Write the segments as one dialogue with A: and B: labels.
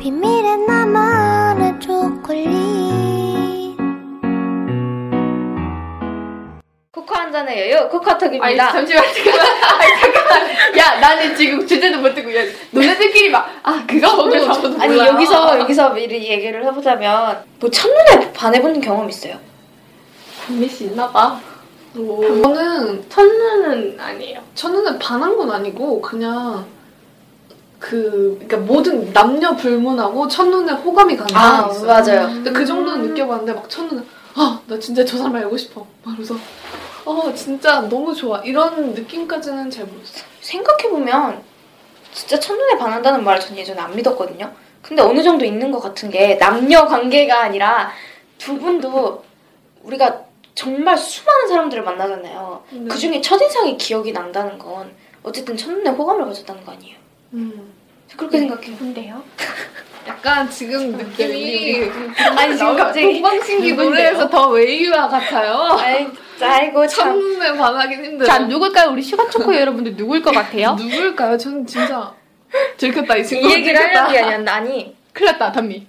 A: 비밀의 나만의 초콜릿
B: 코코 한 잔의 여유
C: 아니
B: 코카톡입니다.
C: 잠시만 잠깐만 아니 잠깐만 야 나는 지금 주제도 못 듣고 야 너네들끼리 막 아 그거 먹는 저도 몰라
B: 아니 여기서 여기서 미리 얘기를 해보자면 뭐 첫눈에 반해본 경험 있어요?
C: 고민 씨 있나봐 저는 첫눈은 아니에요 첫눈은 반한 건 아니고 그냥 그 그러니까 모든 남녀 불문하고 첫눈에 호감이 가는
B: 아,
C: 사람이 있어요
B: 맞아요.
C: 근데 그 정도는 느껴봤는데 막 첫눈에 아나 진짜 저 사람 알고 싶어 말면서 어 진짜 너무 좋아 이런 느낌까지는 잘 모르겠어요
B: 생각해보면 진짜 첫눈에 반한다는 말을 전 예전에 안 믿었거든요. 근데 어느 정도 있는 것 같은 게 남녀 관계가 아니라 두 분도 우리가 정말 수많은 사람들을 만나잖아요.
C: 근데-
B: 그 중에 첫인상이 기억이 난다는 건 어쨌든 첫눈에 호감을 가졌다는 거 아니에요?
C: 음.
B: 저 그렇게 생각해요.
C: 근데요? 약간 지금 느낌이
B: 아니, 지금 갑자기
C: 동방신기
B: 누군데요?
C: 노래에서 더 웨이와 같아요.
B: 아이, 아이고 참.
C: 첫눈에 반하긴 힘들어.
D: 자, 누굴까요? 우리 슈가 초코 여러분들 누굴 것 같아요?
C: 누굴까요? 저는 진짜 들켰다 이 친구.
B: 이 얘기를 하려는 게 아니었나? 아니,
D: 큰일 났다, 담미.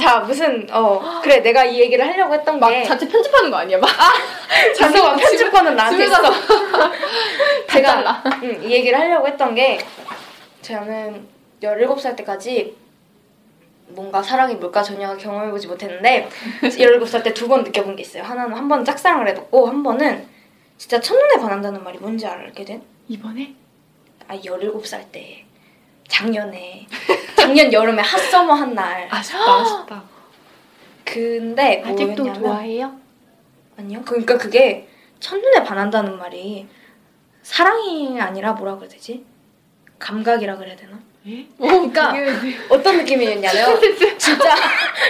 B: 자, 무슨, 어, 그래, 내가 이 얘기를 하려고 했던
D: 막
C: 네.
B: 게.
D: 자체 편집하는 거 아니야? 막
B: 자세와 편집권은 나한테
C: 집에
B: 있어.
C: 가서
B: 제가 음, 이 얘기를 하려고 했던 게 저는 17살 때까지 뭔가 사랑이 뭘까 전혀 경험해보지 못했는데 17살 때 두 번 느껴본 게 있어요. 하나는 한 번은 짝사랑을 해봤고 한 번은 진짜 첫눈에 반한다는 말이 뭔지 알게 된?
D: 이번에?
B: 아 17살 때 작년에 작년 여름에 핫서머 한 날
C: 아쉽다 아쉽다.
B: 근데
D: 아직도
B: 뭐였냐면
D: 좋아해요?
B: 아니요. 그러니까 그게 첫눈에 반한다는 말이 사랑이 아니라 뭐라 그래야 되지? 감각이라 그래야 되나?
C: 아,
B: 그러니까 어떤 느낌이었냐면 진짜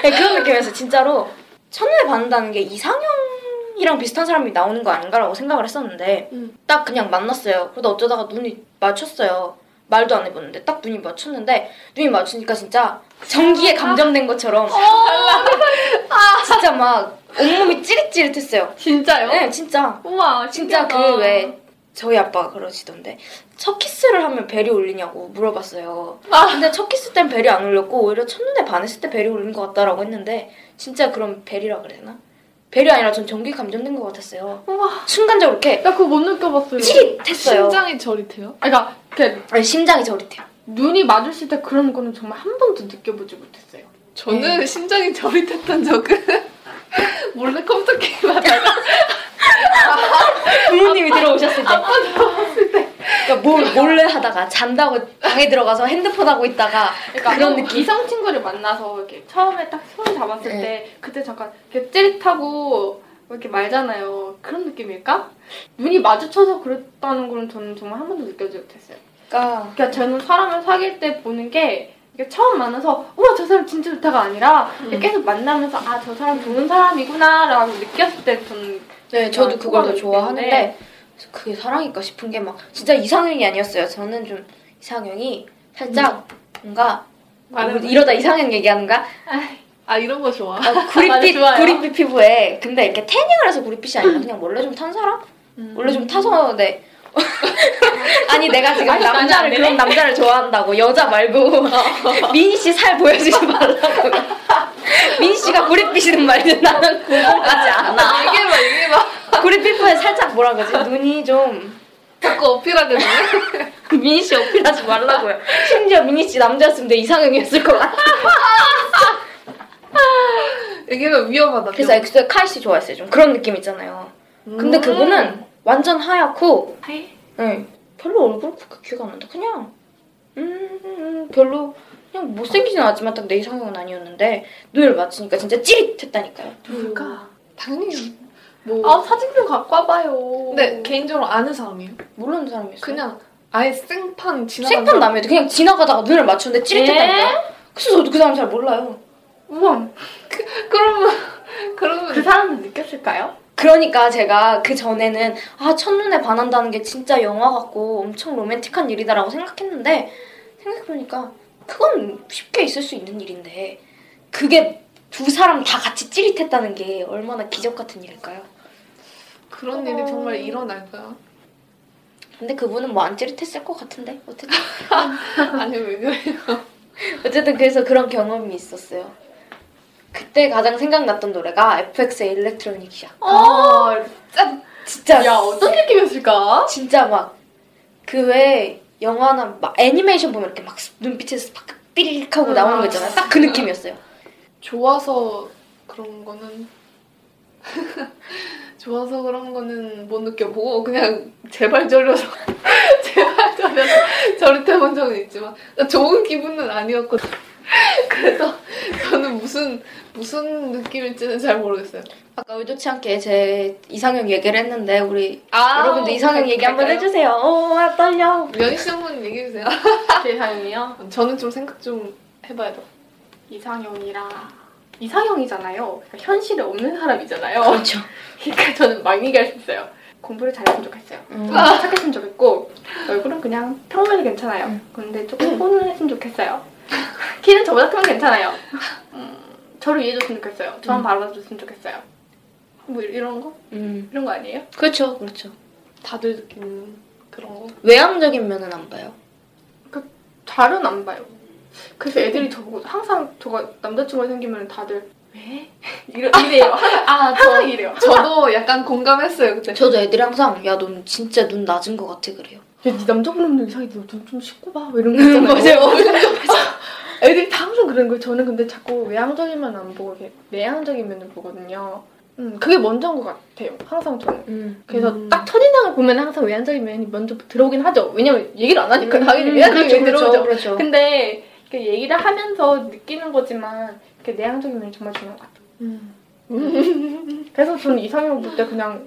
B: 네, 그런 느낌이었어요. 진짜로 첫눈에 반한다는 게 이상형이랑 비슷한 사람이 나오는 거 아닌가라고 생각을 했었는데
C: 음.
B: 딱 그냥 만났어요. 그러다 어쩌다가 눈이 맞췄어요. 말도 안 해봤는데 딱 눈이 맞췄는데 눈이 맞추니까 진짜 어, 전기에 감정된 것처럼 진짜 막 온몸이 찌릿찌릿했어요.
C: 진짜요?
B: 네, 진짜.
C: 우와
B: 진짜 그 왜 저희 아빠가 그러시던데 첫 키스를 하면 벨이 울리냐고 물어봤어요. 근데 첫 키스 땐 벨이 안 울렸고 오히려 첫눈에 반했을 때 벨이 울린 것 같다라고 했는데 진짜 그럼 벨이라 그래야 되나? 벨이 아니라 전 전기 감정된 것 같았어요.
C: 우와.
B: 순간적으로 이렇게
C: 나 그거 못 느껴봤어요.
B: 찌릿했어요.
C: 심장이 저릿해요? 아, 그러니까 이렇게
B: 아니, 심장이 저릿해요.
D: 눈이 마주칠 때 그런 거는 정말 한 번도 느껴보지 못했어요. 네.
C: 저는 심장이 저릿했던 적은 몰래 컴퓨터 게임 하다가
B: 부모님이 들어오셨을 때. 아빠 들어왔을 때. 그러니까 몰, 몰래 하다가 잔다고 방에 들어가서 핸드폰 하고 있다가
D: 그러니까
B: 그런
D: 뭐
B: 느낌.
D: 이성 친구를 만나서 이렇게 처음에 딱 손을 잡았을
B: 네.
D: 때 그때 잠깐 이렇게 찌릿하고 뭐 이렇게 말잖아요. 그런 느낌일까? 눈이 마주쳐서 그랬다는 거는 저는 정말 한 번도 느껴지 못했어요.
B: 그러니까
D: 그러니까 저는 사람을 사귈 때 보는 게 이게 처음 만나서 우와 저 사람 진짜 좋다가 아니라
C: 음.
D: 계속 만나면서 아 저 사람 좋은 사람이구나라고 느꼈을 때 저는
B: 네, 저도
D: 아,
B: 그걸 더
D: 소감이
B: 좋아하는데
D: 있겠네.
B: 그게 사랑일까 싶은 게 막 진짜 이상형이 아니었어요. 저는 좀 이상형이 살짝 뭔가 아, 뭐 이러다 이상형 얘기하는가?
C: 아 이런 거 좋아.
B: 아, 구릿빛
D: 좋아요.
B: 구릿빛 피부에 근데 이렇게 태닝을 해서 구릿빛이 아니라 그냥 원래 좀 탄 사람? 원래 좀 타서 네. 아니 내가 지금
D: 아니, 나는 안
B: 남자를
D: 되네.
B: 그런 남자를 좋아한다고 여자 말고 민희 씨 살 보여주지 말라고 민희 씨가 구릿빛이든 말든 나는 궁금하지 않아.
C: 얘기해봐 얘기해봐.
B: 구리 피부에 살짝 뭐라 그러지? 눈이 좀
C: 자꾸 어필하게 되네.
B: 미니 씨 어필하지 말라고요. 심지어 미니 씨 남자였으면 내 이상형이었을 것 같아.
C: 얘기가 위험하다. 음.
B: 그래서 음. 엑소의 카이 씨 좋아했어요. 좀 그런 느낌 있잖아요. 근데 그분은 완전 하얗고,
D: 하얘?
B: 네, 별로 얼굴 그렇게 기억 안 난다. 그냥 음, 음, 별로 그냥 못생기진 않았지만 딱 내 이상형은 아니었는데 눈을 맞추니까 진짜 찌릿했다니까요.
C: 누굴까? 음, 당연히 뭐.
D: 아 사진 좀 갖고 와봐요.
C: 근데 개인적으로 아는 사람이에요.
B: 모르는 사람이었어요.
C: 그냥 아예 생판 지나가.
B: 생판 남에도 그냥 지나가다가 눈을 맞추는데 찌릿했다니까. 요 그래서 저도 그 사람 잘 몰라요.
D: 우와.
C: 그러면 그러면
D: 그 사람도 느꼈을까요?
B: 그러니까 제가 그 전에는 아 첫눈에 반한다는 게 진짜 영화 같고 엄청 로맨틱한 일이다라고 생각했는데 생각해보니까 그건 쉽게 있을 수 있는 일인데 그게 두 사람 다 같이 찌릿했다는 게 얼마나 기적 같은 일일까요?
C: 그런 일이 정말 일어날까요?
B: 근데 그분은 뭐 안 찌릿했을 것 같은데 어쨌든
C: 아니 왜 그래요?
B: 어쨌든 그래서 그런 경험이 있었어요. 그때 가장 생각났던 노래가 FX의 일렉트로닉이야.
C: 아,
B: 진짜
C: 야 어떤 느낌이었을까?
B: 진짜 막 그 외 영화나 막 애니메이션 보면 이렇게 막 눈빛에서 막 삐릭 하고 나오는 거 있잖아요. 딱 그 느낌이었어요.
C: 좋아서 그런 거는 좋아서 그런 거는 못 느껴보고 그냥 제발 저려서 제발 저려서 저릿해본 적은 있지만 좋은 기분은 아니었거든. 그래서 저는 무슨 무슨 느낌일지는 잘 모르겠어요.
B: 아까 의도치 않게 제 이상형 얘기를 했는데 우리
C: 아,
B: 여러분도 이상형 얘기 한번
C: 그럴까요?
B: 해주세요. 오, 아, 떨려.
C: 연희 씨 한 번 얘기해 주세요.
D: 제 삶이요?
C: 저는 좀 생각 좀 해봐야 돼.
D: 이상형이라 이상형이잖아요. 그러니까 현실에 없는 사람이잖아요.
B: 그렇죠.
D: 그러니까 저는 막 얘기할 수 있어요. 공부를 잘했으면 좋겠어요. 아,
B: 음.
D: 착했으면 좋겠고 얼굴은 그냥 평면이 괜찮아요.
B: 음.
D: 근데 조금 뽀는했으면 좋겠어요. 키는 저보다 크면 괜찮아요. 음, 저를 이해해줬으면 좋겠어요. 저만
B: 음.
D: 바라봐줬으면 좋겠어요. 뭐 이런 거?
B: 음.
D: 이런 거 아니에요?
B: 그렇죠, 그렇죠.
C: 다들 느끼는 그런 거.
B: 외향적인 면은 안 봐요.
D: 잘은 안 봐요. 그래서 애들이 저보고 항상 저가 남자친구가 생기면 다들 왜? 이래, 이래요.
C: 아,
D: 항상 이래요.
C: 저도 약간 공감했어요 그때.
B: 저도 애들이 항상 야, 넌 진짜 눈 낮은 것 같아 그래요.
D: 야, 네 남자분은 이상해. 너좀 씻고 봐. 뭐 이런
C: 음,
D: 거 있잖아요. 애들이 다 항상 그런 거예요. 저는 근데 자꾸 외향적인 면안 보고 이렇게 내향적인 면을 보거든요. 음, 그게 먼저인 것 같아요. 항상 저는.
B: 음.
D: 그래서
C: 음.
D: 딱 첫인상을 보면 항상 외향적인 면이 먼저 들어오긴 하죠. 왜냐면 얘기를 안
C: 음,
D: 하니까 당연히 외향적인
B: 그렇죠,
D: 면이 들어오죠.
B: 그렇죠, 그렇죠.
D: 근데 이렇게 얘기를 하면서 느끼는 거지만 이렇게 내향적인 면이 정말 중요한 것 같아요.
C: 음.
D: 그래서 저는 이상형 볼 때 그냥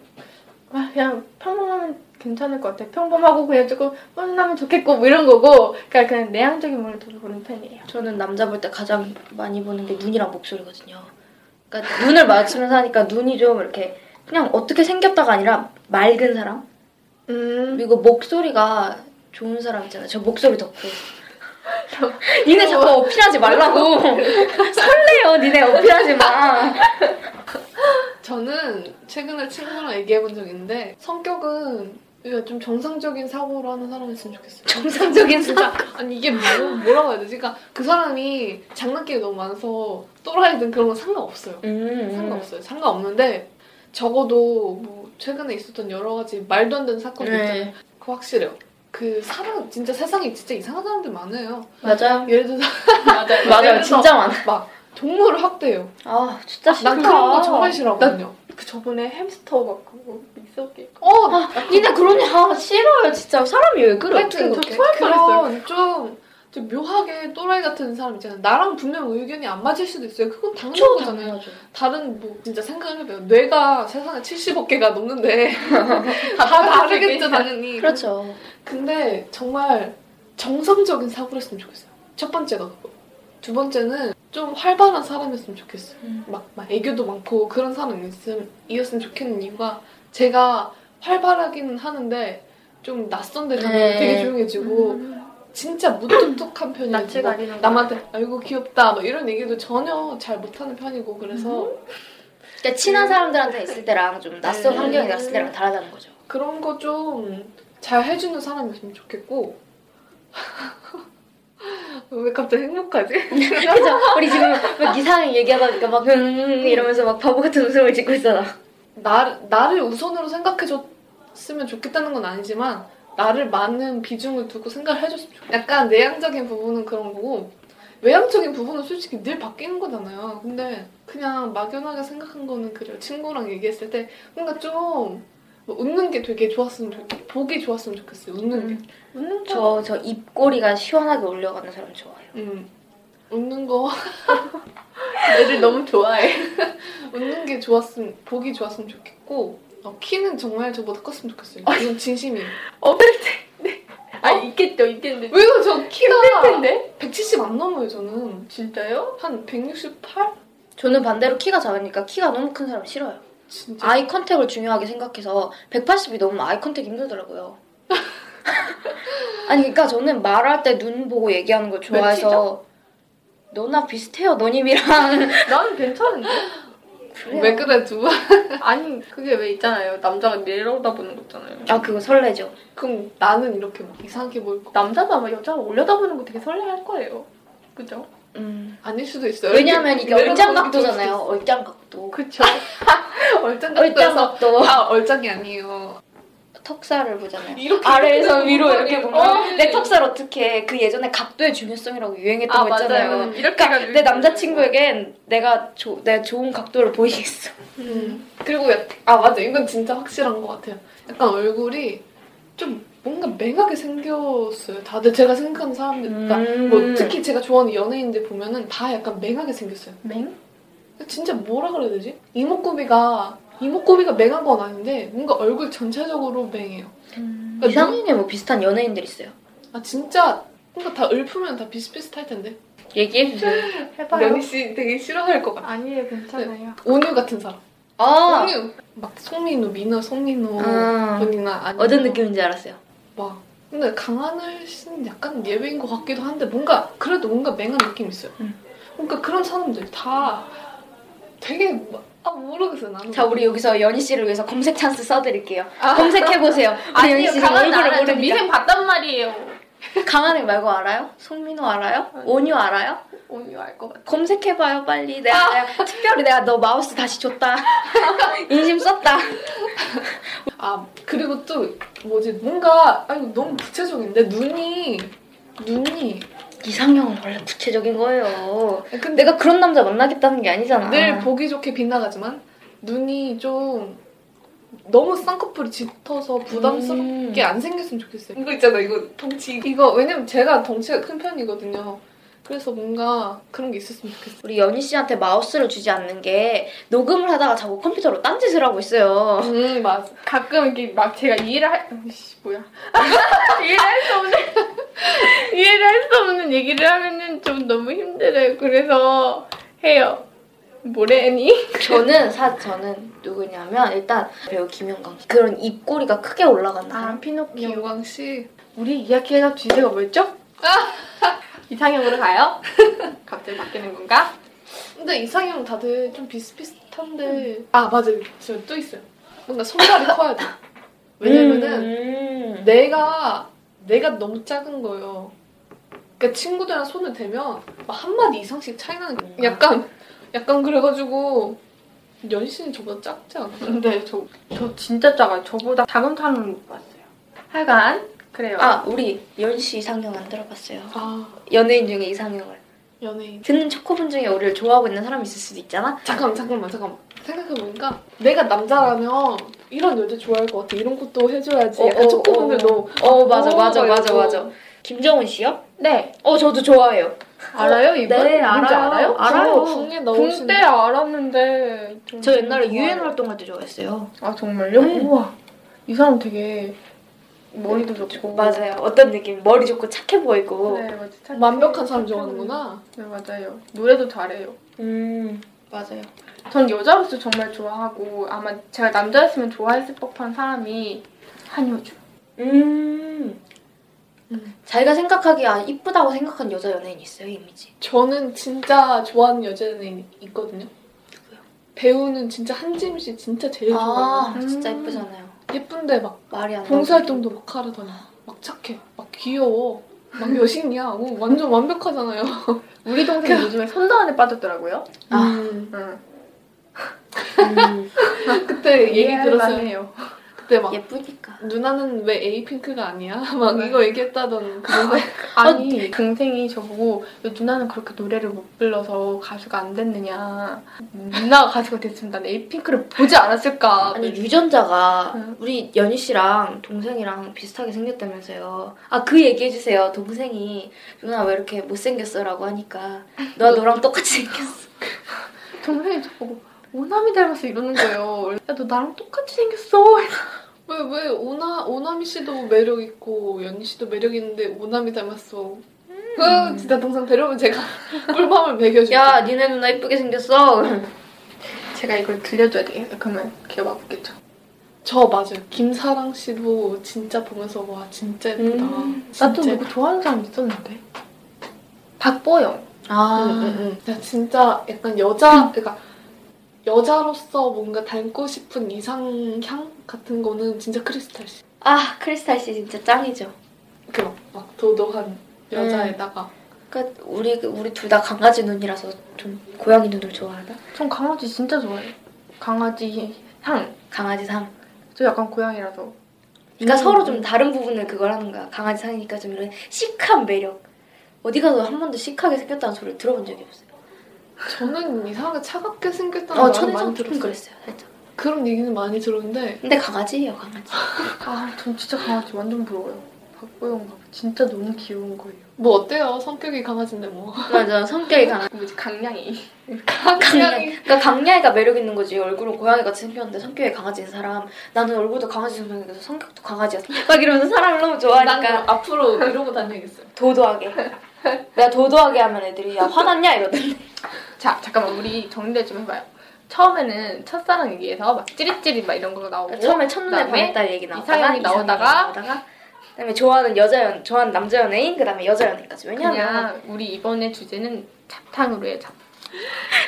D: 아, 그냥 평범하면 괜찮을 것 같아요. 평범하고 그냥 조금 뻔하면 좋겠고 뭐 이런 거고 그러니까 그냥 내향적인 면을 더 보는 편이에요.
B: 저는 남자 볼 때 가장 많이 보는 게 눈이랑 목소리거든요. 그러니까 눈을 마주치면서 하니까 눈이 좀 이렇게 그냥 어떻게 생겼다가 아니라 맑은 사람?
D: 음.
B: 그리고 목소리가 좋은 사람 있잖아요. 저 목소리 덕후. 니네 자꾸
C: 뭐.
B: 어필하지 말라고. 설레요, 니네 어필하지 마.
C: 저는 최근에 친구랑 얘기해본 적 있는데 성격은 그냥 좀 정상적인 사고를 하는 사람이었으면 좋겠어요.
B: 정상적인 사람.
C: 아니 이게 뭐, 뭐라고 해야 되지? 그러니까 그 사람이 장난기가 너무 많아서 또라이든 그런 건 상관없어요.
B: 음,
C: 상관없어요. 상관없는데 적어도 뭐 최근에 있었던 여러 가지 말도 안 되는 사건들 있잖아요.
B: 네,
C: 그거 확실해요. 그 사람 진짜 세상에 진짜 이상한 사람들 많아요.
B: 맞아요.
C: 예를 들어서 맞아요.
B: 맞아요, 진짜 많아.
C: 동물을 학대해요.
B: 아, 진짜 싫다.
C: 난 그런 거 정말 싫어하거든요.
D: 그 저번에 햄스터 막 그거 있었게.
C: 어,
B: 니네 그러니, 아, 싫어요, 진짜. 사람이 왜 그래?
C: 하여튼
D: 저
C: 그-
D: 토할 뻔했어요.
C: 그런 좀, 좀 묘하게 또라이 같은 사람 있잖아요. 나랑 분명 의견이 안 맞을 수도 있어요. 그건 당연한
B: 그쵸,
C: 거잖아요.
B: 당연하죠.
C: 다른 뭐 진짜 생각을 해봐요. 뇌가 세상에 70억 개가 넘는데 다 다르겠죠 당연히.
B: 그렇죠.
C: 근데 정말 정상적인 사고를 했으면 좋겠어요. 첫 번째가 그거. 두 번째는 좀 활발한 사람이었으면 좋겠어요.
B: 음.
C: 막, 막 애교도 많고 그런 사람이었으면 좋겠는 이유가 제가 활발하기는 하는데 좀 낯선 데 가면
B: 네.
C: 되게 조용해지고 진짜 무뚝뚝한 편이에요.
D: 음. 낯을
C: 막
D: 가리는
C: 남한테 아이고 귀엽다 막 이런 얘기도 전혀 잘 못하는 편이고 그래서
D: 음.
B: 그러니까 친한 사람들한테 있을 때랑 좀 낯선
C: 음.
B: 환경에 갔을 때랑 다르다는 거죠.
C: 그런 거 좀 잘 해주는 사람이었으면 좋겠고 왜 갑자기 행복하지?
B: 그죠? 우리 지금 막 이상하게 얘기하다니까 막, 음, 이러면서 막 바보 같은 웃음을 짓고 있잖아.
C: 나, 나를 우선으로 생각해줬으면 좋겠다는 건 아니지만 나를 많은 비중을 두고 생각을 해줬으면 좋겠다. 약간 내향적인 부분은 그런 거고 외향적인 부분은 솔직히 늘 바뀌는 거잖아요. 근데 그냥 막연하게 생각한 거는 그래요. 친구랑 얘기했을 때 뭔가 좀뭐 웃는 게 되게 좋았으면 좋겠, 보기 좋았으면 좋겠어요. 웃는 게.
D: 음. 웃는 거.
B: 저, 저 입꼬리가 시원하게 올려가는 사람 좋아해요.
C: 음. 웃는 거
D: 애들 너무 좋아해.
C: 웃는 게 좋았음 보기 좋았으면 좋겠고 어, 키는 정말 저보다 컸으면 좋겠어요. 이건 진심이에요.
D: 어릴 때. 네. 아 이게 있겠죠, 있겠는데.
C: 왜요? 저 키가
D: 힘들 텐데?
C: 170 안 넘어요 저는.
D: 진짜요?
C: 한 168?
B: 저는 반대로 키가 작으니까 키가 너무 큰 사람 싫어요.
C: 진짜.
B: 아이 컨택을 중요하게 생각해서 180이 너무 아이 컨택이 힘들더라고요. 아니 그러니까 저는 말할 때 눈 보고 얘기하는 걸 좋아해서 너나 비슷해요 너님이랑
D: 나는 괜찮은데.
C: 왜 그래 두 분?
D: 아니, 그게 왜 있잖아요. 남자가 내려다보는 거 있잖아요.
B: 아 그거 설레죠
C: 그럼 나는 이렇게 막 이상하게 보일 거
D: 남자도 아마 여자를 올려다보는 거 되게 설레할 거예요. 그죠?
B: 음.
C: 아닐 수도 있어요.
B: 왜냐면 이게
C: 내려다보는
B: 얼짱각도잖아요
C: 수도
B: 얼짱각도
D: 그쵸.
C: 있어요. 얼짱 각도에서
B: 얼짱각도
C: 아 얼짱이 아니에요.
B: 턱살을 보잖아요
C: 이렇게
B: 아래에서
C: 보는
B: 위로
C: 거
B: 이렇게
C: 아니에요?
B: 보면 네.
C: 어.
B: 내 턱살 어떻게 그 예전에 각도의 중요성이라고 유행했던
D: 아,
B: 거 있잖아요
D: 맞아요. 이렇게
B: 그러니까
D: 해가지고.
B: 내 남자친구에겐 내가 조, 내 좋은 각도를 보이겠어
C: 음. 그리고 약- 아 맞아 이건 진짜 확실한 것 같아요. 약간 얼굴이 좀 뭔가 맹하게 생겼어요. 다들 제가 생각하는 사람들, 그러니까
B: 음.
C: 뭐 특히 제가 좋아하는 연예인들 보면은 다 약간 맹하게 생겼어요.
D: 맹?
C: 진짜 뭐라 그래야 되지? 이목구비가 이목구비가 맹한 건 아닌데 뭔가 얼굴 전체적으로 맹해요.
D: 음.
C: 그러니까
B: 이상형에 뭐 비슷한 연예인들 있어요
C: 아 진짜 뭔가 다 읊으면 다 비슷비슷할 텐데.
B: 얘기해주세요
D: 해봐요.
C: 연희 씨 되게 싫어할 것 같아. 네.
D: 아니에요, 괜찮아요.
C: 온유 같은 사람.
B: 아,
C: 온유. 막 송민호, 민호, 송민호
B: 아.
C: 언니나 아니면
B: 어떤 느낌인지 알았어요
C: 막 근데 강하늘 씨는 약간 예외인 것 같기도 한데 뭔가 그래도 뭔가 맹한 느낌 이 있어요.
B: 음.
C: 그러니까 그런 사람들 다 되게 막- 아 모르겠어 요 나는.
B: 자 우리 여기서 연희 씨를 위해서 검색 찬스 써드릴게요.
C: 아.
B: 검색해 보세요. 우리 연희 씨는
D: 강한
B: 얼굴을
D: 나라에서
B: 모르니까
D: 미생 봤단 말이에요.
B: 강한애 말고 알아요? 송민호 알아요? 온유 알아요?
D: 오늘 알것 같아.
B: 검색해 봐요 빨리. 내가,
C: 아.
B: 내가 특별히 내가 너 마우스 다시 줬다. 인심 썼다.
C: 아 그리고 또 뭐지 뭔가 아 이거 너무 구체적인데 눈이 눈이
B: 이상형은 원래 구체적인 거예요.
C: 근데
B: 내가 그런 남자 만나겠다는 게 아니잖아.
C: 늘 보기 좋게 빛나가지만 눈이 좀 너무 쌍꺼풀이 짙어서 부담스럽게
B: 음.
C: 안 생겼으면 좋겠어요. 이거 있잖아 이거 덩치 이거 왜냐면 제가 덩치가 큰 편이거든요. 그래서 뭔가 그런 게 있었으면 좋겠어요.
B: 우리 연희 씨한테 마우스를 주지 않는 게 녹음을 하다가 자꾸 컴퓨터로 딴짓을 하고 있어요.
C: 음 맞아.
D: 가끔 이게 막 제가 이해를 할, 씨 뭐야. 이해를 할 수 없는, 이해를 할 수 없는 얘기를 하면은 좀 너무 힘들어요. 그래서 해요. 뭐래니?
B: 저는 사 저는 누구냐면 일단 배우 김영광 그런 입꼬리가 크게 올라간 사람.
D: 아, 피노키오.
C: 영광 씨.
D: 우리 이야기해가 주제가 뭐였죠? 이상형으로 가요? 갑자기 바뀌는 건가?
C: 근데 이상형 다들 좀 비슷비슷한데 아 맞아 저또 있어요. 뭔가 손발이 커야 돼. 왜냐면은
B: 음.
C: 내가 내가 너무 작은 거예요. 그러니까 친구들이랑 손을 대면 막한 마디 이상씩 차이 나는 거예요.
B: 음.
C: 약간 약간 그래가지고 연희 씨는 저보다 작지 않아요?
D: 근데 저, 저 진짜 작아요. 저보다 작은 사람은 못 봤어요. 하여간, 그래요.
B: 아 우리 연씨 이상형 안 들어봤어요.
C: 아
B: 연예인 중에 이상형을
C: 연예인.
B: 듣는 초코분 중에 우리를 좋아하고 있는 사람이 있을 수도 있잖아.
C: 잠깐만 잠깐만 잠깐만 생각해보니까 내가 남자라면 이런 여자 좋아할 것 같아. 이런 것도 해줘야지. 약간
B: 어,
C: 초코분들
B: 어.
C: 너무
B: 어 맞아
C: 어,
B: 맞아 맞아
C: 이거.
B: 맞아. 김정은 씨요?
D: 네.
B: 어 저도 좋아해요.
D: 알아요, 이분?
B: 네,
D: 뭔지
B: 알아요.
D: 어? 알아요?
B: 알아요.
C: 국에
D: 군
C: 나오신
D: 때 알았는데. 좀
B: 저 옛날에
D: 좋아요.
B: 유엔 활동할 때 좋아했어요.
D: 아, 정말요?
B: 음.
D: 우와. 이 사람 되게 머리도 좋고.
B: 맞아요. 어떤 느낌? 머리 좋고 착해 보이고.
D: 네, 맞아. 착해.
C: 완벽한 사람 좋아하는구나.
D: 네, 맞아요. 노래도 잘해요.
B: 음 맞아요.
D: 전 여자로서 정말 좋아하고, 아마 제가 남자였으면 좋아했을 법한 사람이 한효주.
B: 음.
C: 음.
B: 자기가 생각하기에 아, 이쁘다고 생각한 여자 연예인 있어요 이미지.
C: 저는 진짜 좋아하는 여자 연예인 있거든요. 배우는 진짜 한지민 씨 진짜 제일 좋아해요.
B: 아 진짜
D: 음.
B: 예쁘잖아요.
C: 예쁜데 막
B: 말이 안.
C: 봉사활동도 막 하려더니 막 착해 막 귀여워 막 여신이야 어, 완전 완벽하잖아요
D: 우리 동생 요즘에 선다원에 빠졌더라고요.
B: 아.
C: 음,
D: 응.
B: 나오고. 음,
C: 그때 네, 얘기
D: 이해할
C: 들었어요
D: 만해요.
C: 그때 막
B: 예쁘니까.
C: 누나는 왜 에이핑크가 아니야? 막 이거 얘기했다던 그런
D: 네. 아니 동생이 저보고 왜 누나는 그렇게 노래를 못 불러서 가수가 안 됐느냐 누나가 가수가 됐으면 난 에이핑크를 보지 않았을까
B: 아니 유전자가
D: 응.
B: 우리 연희 씨랑 동생이랑 비슷하게 생겼다면서요. 아 그 얘기해 주세요. 동생이 누나 왜 이렇게 못생겼어라고 하니까 너 너랑 똑같이 생겼어.
D: 동생이 저보고 오남이 닮았어 이러는 거예요 야 너 나랑 똑같이 생겼어
C: 왜, 왜, 오나, 오나미 씨도 매력 있고, 연희 씨도 매력 있는데, 오나미 닮았어.
D: 음.
C: 그, 진짜 동상 데려오면 제가 꿀밤을 먹여줄게.
B: 야, 니네 누나 이쁘게 생겼어.
D: 제가 이걸 들려줘야 되겠어. 그러면 기억 와보겠죠.
C: 저 맞아요. 김사랑 씨도 진짜 보면서, 와, 진짜 예쁘다.
B: 음.
D: 나도
C: 진짜
D: 누구 좋아하는 사람 있었는데. 박보영.
B: 아,
C: 응, 응, 응. 나 음, 진짜 약간 여자, 그러니까 여자로서 뭔가 닮고 싶은 이상향 같은 거는 진짜 크리스탈 씨.
B: 아 크리스탈 씨 진짜 짱이죠.
C: 그막 막 도도한 여자에다가
B: 그러니까 우리 우리 둘 다 강아지 눈이라서 좀 고양이 눈을 좋아하나?
D: 전 강아지 진짜 좋아해요. 강아지 향.
B: 강아지 상.
D: 저 약간 고양이라서.
B: 그러니까
C: 음.
B: 서로 좀 다른 부분을 그걸 하는 거야. 강아지 상이니까 좀 이런 시크한 매력. 어디 가서 한 번도 시크하게 생겼다는 소리를 들어본 적이 없어요.
C: 저는 이상하게 차갑게 생겼다는
B: 어,
C: 말을
B: 천상
C: 아, 많이
B: 조금
C: 들었어요.
B: 그랬어요. 살짝.
C: 그런 얘기는 많이 들었는데
B: 근데 강아지예요, 강아지.
D: 아, 전 진짜 강아지 완전 부러워요. 박보영가 진짜 너무 귀여운 거예요.
C: 뭐 어때요? 성격이 강아지인데 뭐.
B: 맞아, 성격이 강아.
D: 뭐지, 강냥이.
B: 강량이. 그러니까 강량이가 매력 있는 거지. 얼굴은 고양이 같이 생겼는데 성격이 강아지인 사람. 나는 얼굴도 강아지 생겼는데 성격도 강아지야. 막 이러면서 사람을 너무
C: 난
B: 좋아하니까
C: 그럼 앞으로 이러고 다녀야겠어요.
B: 도도하게. 내가 도도하게 하면 애들이 야 화났냐 이러던데.
D: 자, 잠깐만, 우리 정리를 좀 해봐요. 처음에는 첫사랑 얘기해서 막 찌릿찌릿 막 이런 거 나오고.
B: 처음에 첫눈에
D: 어? 그다음에
B: 반했다 얘기 나오다가
D: 이상형이
B: 이상형이
D: 나오다가
B: 나오다가 그다음에 좋아하는 여자 연 좋아하는 남자 연예인 그다음에 여자 연예인까지. 왜냐면
D: 그냥 우리 이번에 주제는 잡탕으로 해요. 잡탕.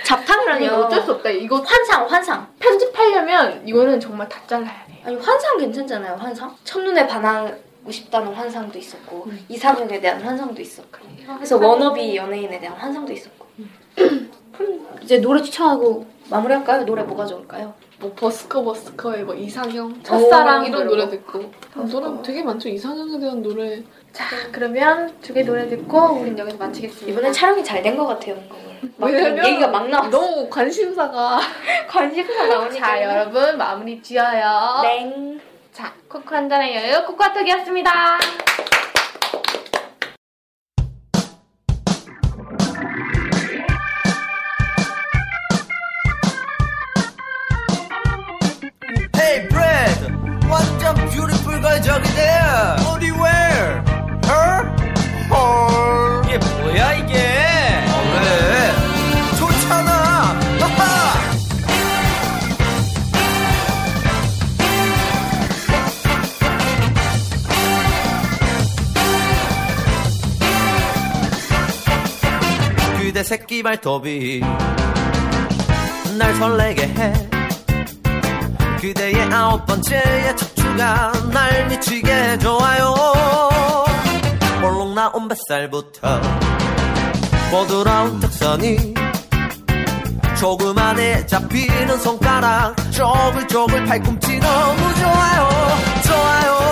B: 잡탕이라니
D: 이거 어쩔 수 없다. 이거
B: 환상 환상.
D: 편집하려면 이거는 정말 다 잘라야 돼.
B: 아니 환상 괜찮잖아요 환상. 첫눈에 반하고 싶다는 환상도 있었고 이상형에 대한 환상도 있었고. 음. 그래서 워너비 연예인에 대한 환상도 있었고. 음. 그럼 이제 노래 추천하고 마무리할까요? 노래 뭐가 좋을까요?
C: 뭐 버스커 버스커의 뭐 이상형,
B: 오,
C: 첫사랑
B: 그런
C: 이런 노래
B: 거.
C: 듣고 아, 노래 되게 많죠. 이상형에 대한 노래.
D: 자, 그러면 두 개 노래 듣고 우린 여기서 마치겠습니다.
B: 이번에 촬영이 잘 된 것 같아요. 뭔가 오늘. 막 그런 얘기가 막 나와.
C: 너무 관심사가
B: 관심사 나오니까.
D: 자, 여러분 마무리 지어요.
B: 땡.
D: 자, 코코 한 잔의 여유 코코아톡이었습니다.
E: Hey Brad, 완전 beautiful 걸 저기 there. 어디 where? Her? 헐. 이게 뭐야 이게? 어, 왜? 좋잖아. 하하. 그대 새끼 발톱이 날 설레게 해. 그대의 아홉 번째의 척추가 날 미치게 해줘요 볼록 나온 뱃살부터 부드러운 턱선이 조그만에 잡히는 손가락 쪼글쪼글 팔꿈치 너무 좋아요 좋아요